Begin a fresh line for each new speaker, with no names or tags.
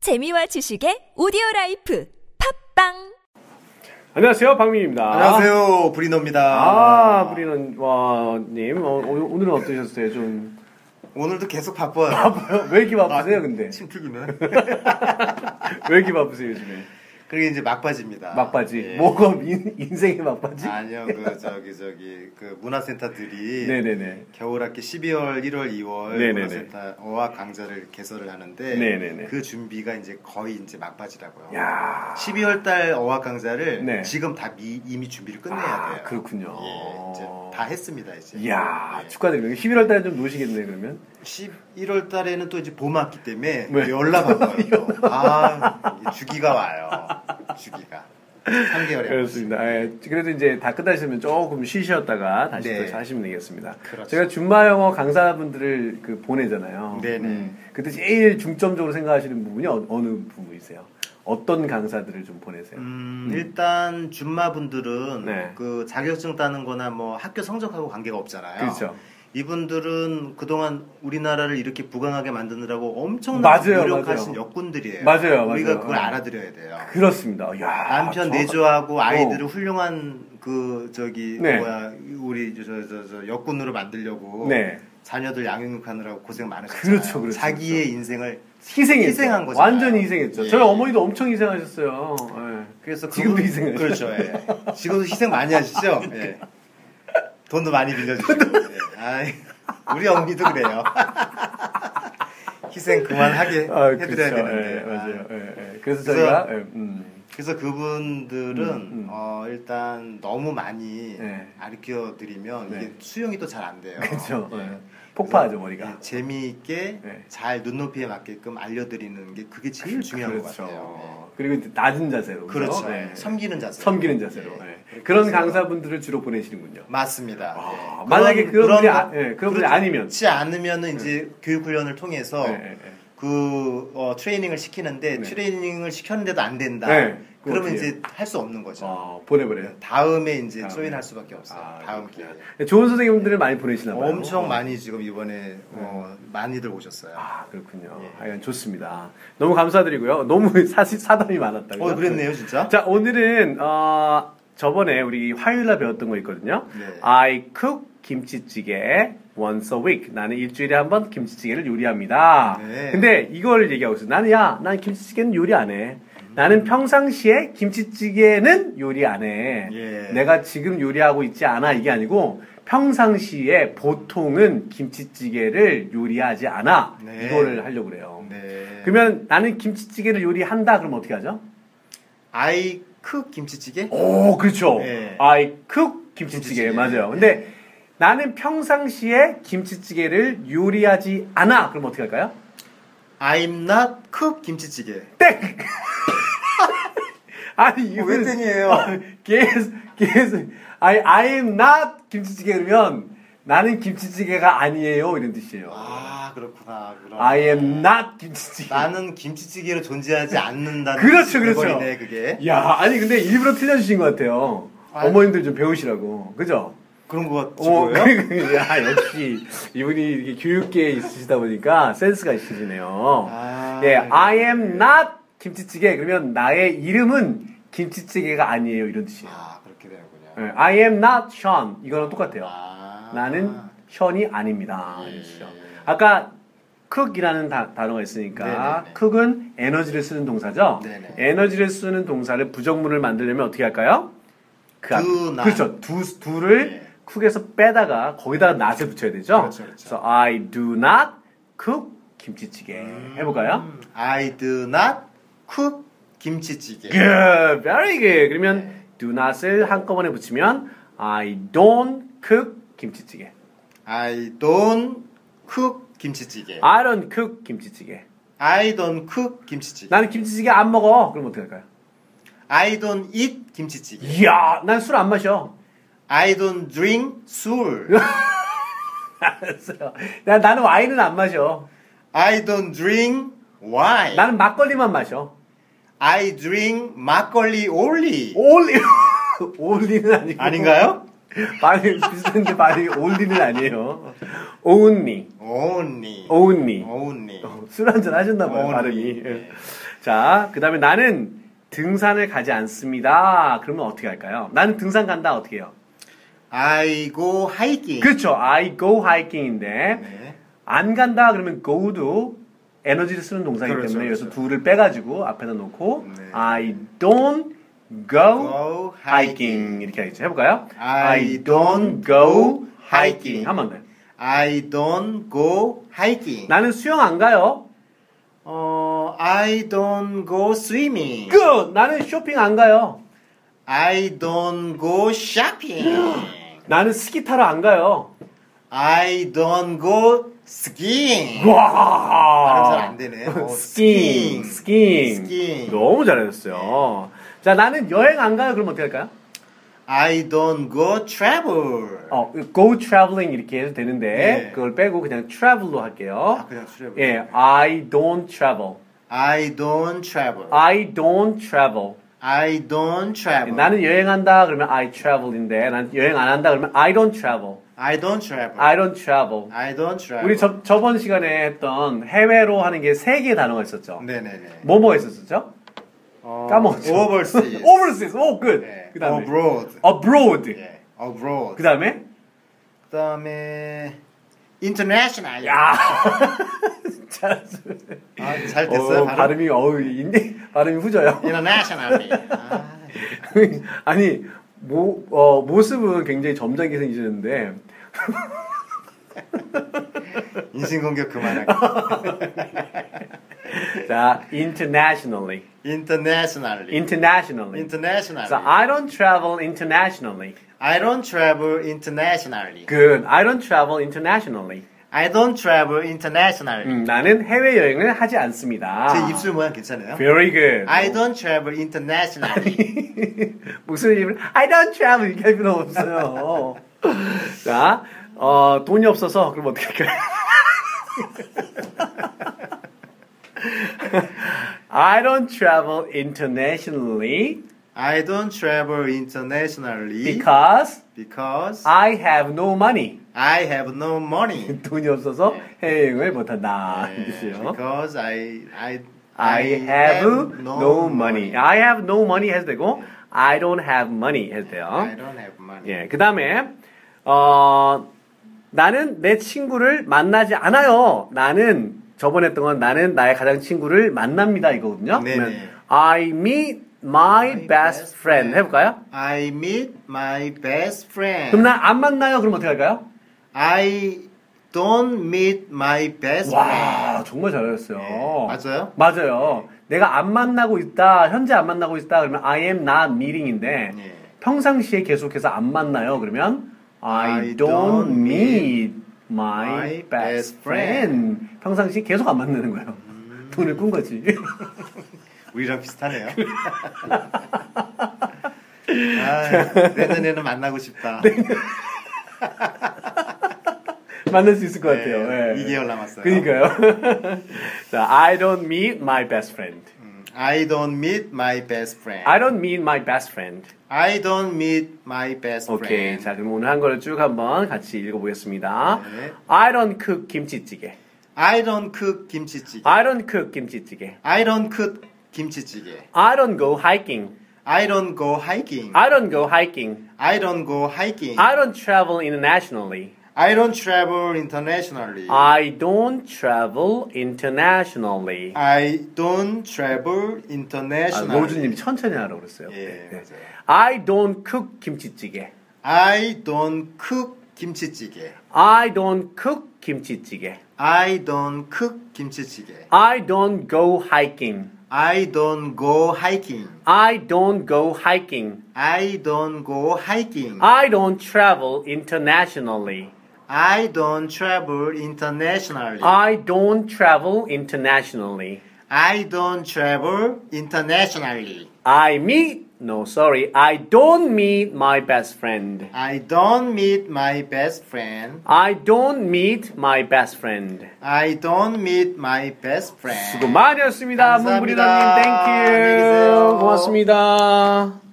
재미와 지식의 오디오 라이프 팝빵
안녕하세요, 박민입니다.
안녕하세요, 브리노입니다.
아, 브리는 와님 어, 오- 오늘은 어떠셨어요? 좀
오늘도 계속 바빠요.
왜 이렇게 바쁘세요, 아, 근데?
침풀기면.
왜 이렇게 바쁘세요, 요즘에?
그게 이제 막바지입니다.
막바지.
예.
뭐가 인, 인생의 막바지?
아니요, 그 저기 저기 그 문화센터들이
네네네.
겨울학기 12월, 1월, 2월
네네네.
문화센터 어학 강좌를 개설을 하는데
네네네.
그 준비가 이제 거의 이제 막바지라고요.
야,
12월 달 어학 강좌를
네.
지금 다 미- 이미 준비를 끝내야
아,
돼요.
그렇군요.
예, 이제 다 했습니다 이제.
이야,
예.
축하드립니다. 11월 달에 좀 노시겠네, 그러면?
11월 달에는 또 이제 봄 왔기 때문에
네.
연락 안 와요. 또. 아, 이게 주기가 와요. 주기가. 3개월에.
그렇습니다. 예, 그래도 이제 다 끝나시면 조금 쉬셨다가 다시
네.
또 하시면 되겠습니다.
그렇죠.
제가 줌마 영어 강사분들을 그 보내잖아요. 음.
네네.
그때 제일 중점적으로 생각하시는 부분이 어, 느 부분이세요? 어떤 강사들을 좀 보내세요?
음, 일단 줌마분들은
네.
그 자격증 따는 거나 뭐 학교 성적하고 관계가 없잖아요.
그렇죠.
이분들은 그동안 우리나라를 이렇게 부강하게 만드느라고 엄청난
맞아요,
노력하신
맞아요.
역군들이에요.
맞아요,
우리가
맞아요.
그걸 알아들어야 돼요.
그렇습니다. 어, 야,
남편
정확하-
내조하고 아이들을
어.
훌륭한 그 저기
네.
뭐야 우리 저 저 저 역군으로 만들려고
네.
자녀들 양육하느라고 고생 많으셨어요.
그렇죠, 그렇죠,
자기의
그렇죠.
인생을
희생했죠.
희생한 거잖아요.
완전히 희생했죠.
예.
저희 어머니도 엄청 희생하셨어요. 예.
그래서
지금도
그분-
희생을.
그렇죠. 예. 지금도 희생 많이 하시죠. 예. 돈도 많이 빌려주시고. 예. 아이, 우리 어머니도 그래요. 희생 그만하게
아,
해드려야
그렇죠.
되는데.
예, 맞아요.
아.
예, 예. 그래서
그래서-
저희가 예, 음.
그래서 그분들은
음, 음.
어, 일단 너무 많이
네.
가르쳐 드리면
네.
이게 수용이 또 잘 안 돼요.
그렇죠.
예.
예. 폭파하죠 머리가.
예, 재미있게
네.
잘 눈높이에 맞게끔 알려드리는 게 그게 제일 중요한
그렇죠.
것 같아요. 예.
그리고 이제 낮은 자세로.
그렇죠.
네.
섬기는 자세.
섬기는 자세로.
예.
네.
그렇게
그런
해서
강사분들을 주로 보내시는군요.
맞습니다.
아,
예.
만약에 그런 분이 아-
거-
예, 그런 분이 아니면. 네.
그렇지 않으면 이제 교육 훈련을 통해서
예, 예, 예.
그 어, 트레이닝을 시키는데
네.
트레이닝을 시켰는데도 안 된다.
네, 그럼
그러면
어떻게
이제 할 수 없는 거죠.
어, 보내버려요.
다음에 이제
다음에.
조인할 수밖에 없어요.
아,
다음 기회에.
그렇구나. 좋은 선생님들을 많이 보내시나 봐요.
엄청 많이 지금 이번에 어, 많이들 오셨어요.
네. 아 그렇군요.
예.
하여간 좋습니다. 너무 감사드리고요. 너무 사실 사담이 많았다.
어, 그랬네요, 진짜.
자 오늘은 어, 저번에 우리 화요일날 배웠던 거 있거든요.
네.
I cook 김치찌개 once a week. 나는 일주일에 한 번 김치찌개를 요리합니다.
네.
근데 이걸 얘기하고 있어. 나는 야, 난 김치찌개는 요리 안 해.
음.
나는 평상시에 김치찌개는 요리 안 해.
예.
내가 지금 요리하고 있지 않아 이게 아니고 평상시에 보통은 김치찌개를 요리하지 않아
네.
이거를 하려고 그래요.
네.
그러면 나는 김치찌개를 요리한다 그럼 어떻게 하죠?
아이 크 김치찌개?
오, 그렇죠.
네.
아이 쿡 김치찌개,
김치찌개. 예.
맞아요. 근데 나는 평상시에 김치찌개를 요리하지 않아. 그럼 어떻게 할까요?
I'm not cook 김치찌개.
땡. 아니
어, 왜
이거는-
땡이에요?
아, 계속 계속 아니 I am not 김치찌개 그러면 나는 김치찌개가 아니에요 이런 뜻이에요.
아 그렇구나. 그럼.
I am not 김치찌개.
나는 김치찌개로 존재하지 않는다는
그렇죠, 그렇죠.
돼버리네, 그게
야, 아니 근데 일부러 틀려주신 것 같아요.
아유.
어머님들 좀 배우시라고, 그죠?
그런 것
어,
같고요.
그- 야, 역시 이분이 이렇게 교육계에 있으시다 보니까 센스가 있으시네요.
아,
예,
네.
I am not 김치찌개. 그러면 나의 이름은 김치찌개가 아니에요. 이런 뜻이에요.
아 그렇게 되는군요.
예, I am not Sean. 이거랑 똑같아요.
아,
나는 션이 아닙니다.
예.
이러시죠. 아까 cook이라는 다- 단어가 있으니까
네네네.
cook은 에너지를 쓰는 동사죠.
네네.
에너지를 쓰는 동사를 부정문을 만들려면 어떻게 할까요? 그 앞-
do not.
그렇죠. 두 두를
네.
cook에서 빼다가 거기다가 not을 붙여야 되죠.
그렇죠, 그렇죠.
래서 I do not cook 김치찌개 해볼까요?
음, I do not cook 김치찌개.
Good, very good. 그러면
네.
do not을 한꺼번에 붙이면 I don't cook 김치찌개.
I don't cook 김치찌개.
I don't cook 김치찌개.
I don't cook 김치찌개.
나는 김치찌개 안 먹어. 그럼 어떻게 할까요?
I don't eat 김치찌개.
이야, 난 술 안 마셔.
I don't drink 술.
알았어요. 나, 나는 와인은 안 마셔.
I don't drink wine.
나는 막걸리만 마셔.
I drink 막걸리 올리.
올리, 올리는 아니고.
아닌가요?
발음이 비슷한데 발음이 올리는 아니에요. 오은니.
only.
오은니.
only.
술 한잔 하셨나봐요,
오은니.
발음이. 예.
네.
자, 그 다음에 나는 등산을 가지 않습니다. 그러면 어떻게 할까요? 나는 등산 간다, 어떻게 해요?
I go hiking.
그렇죠. I go hiking인데,
네.
안 간다 그러면 go도 에너지를 쓰는 동사이기
그렇죠,
때문에
그렇죠.
그래서 둘을 빼가지고 앞에다 놓고
네.
I don't go,
Go
hiking 이렇게 하겠죠. 해볼까요?
I don't go hiking.
한번 더요.
I don't go hiking.
나는 수영 안 가요.
어, I don't go swimming.
Good. 나는 쇼핑 안 가요.
I don't go shopping.
나는 스키 타러 안 가요.
I don't go skiing. 발음
와.
잘안 되네. 어,
스킹, 스킹.
스킹.
너무 잘하셨어요.
네.
자, 나는 여행 안 가요. 그럼 어떻게 할까요?
I don't go travel.
어, go traveling 이렇게 해도 되는데
네.
그걸 빼고 그냥 travel로 할게요.
아, 그냥 travel.
예, I don't travel.
I don't travel.
I don't travel.
I don't travel.
나는 여행한다 그러면 I travel인데 난 여행 안 한다 그러면 I don't travel.
I don't travel.
I don't travel.
I don't travel.
아. 우리 저, 저번 시간에 했던 해외로 하는 게 세 개의 단어가 있었죠.
네네네. 어,
뭐뭐 했었었죠? 까먹었죠.
overseas.
overseas. 오, good.
네.
그다음에
abroad.
abroad.
예. abroad.
그다음에
그다음에 international.
야. 자,
아, 잘 됐어요.
어,
발음?
발음이 어우, 인- 발음이 후져요.
international. 아,
아니 모, 어, 모습은 굉장히 점잖게 생기셨는데
인신공격 그만하고.
자 internationally
internationally.
internationally
internationally.
so I don't travel internationally
I don't travel internationally.
good I don't travel internationally
I don't travel internationally.
음, 나는 해외 여행을 하지 않습니다
제 입술 모양 괜찮아요?
very good
I don't travel internationally.
무슨 입을 I don't travel 이렇게 할 필요 없어요 자 어, 돈이 없어서 그럼 어떻게 할까요 I don't travel internationally
I don't travel internationally
because
because
I have no money.
I have no money.
돈이 없어서
네.
해외여행을 못한다.
예,
이 뜻이에요.
because I I
네. I have no money. 네. I have no money 해도 되고 I don't have money 해도
I
돼요.
don't have money.
예, 그 다음에 어, 나는 내 친구를 만나지 않아요. 나는 저번에 했던 건 나는 나의 가장 친구를 만납니다 이거거든요.
네네.
그러면 I meet my, best, friend. 해볼까요?
I meet my best friend.
그럼 나 안 만나요. 그럼 어떻게 할까요?
I don't meet my best friend.
와 정말 잘하셨어요.
예, 맞아요? 네.
맞아요. 내가 안 만나고 있다, 현재 안 만나고 있다 그러면 I am not meeting인데
예.
평상시에 계속해서 안 만나요 그러면 I,
I
don't
don't
meet my,
my
best
best 음.
friend. 평상시 계속 안 만나는 거예요. 돈을 꾼 거지.
우리랑 비슷하네요. 아, 내년에는 만나고 싶다.
만날 수 있을 것
네,
같아요. 예.
2개월 남았어요.
그러니까요. 자, I don't meet my best friend.
음. I don't meet my best friend.
I don't meet my best friend.
I don't meet my best
오케이.
friend.
자, 그럼 오늘 한 거를 쭉 한번 같이 읽어보겠습니다.
네.
I don't cook 김치찌개.
I don't cook 김치찌개.
I don't cook 김치찌개.
I don't cook 김치찌개.
I don't go hiking.
I don't go hiking.
I don't go hiking.
I don't go hiking.
I don't travel internationally.
I don't travel internationally.
I don't travel internationally.
I don't travel
아,
internationally.
노주님이 천천히 하라고 그랬어요.
예,
네, 네.
맞아요.
I don't cook 김치찌개.
I don't cook 김치찌개.
I don't cook 김치찌개.
I don't cook 김치찌개.
I don't go hiking.
I don't go hiking.
I don't go hiking.
I don't go hiking.
I don't travel internationally.
I don't travel internationally.
I don't travel internationally.
I don't travel internationally.
I meet, no, sorry, I don't meet my best friend.
I don't meet my best friend.
I don't meet my best friend.
I don't meet my best friend.
수고 많이 했습니다.
감사합니다.
문부리더님,
안녕히
땡큐.
계세요.
고맙습니다.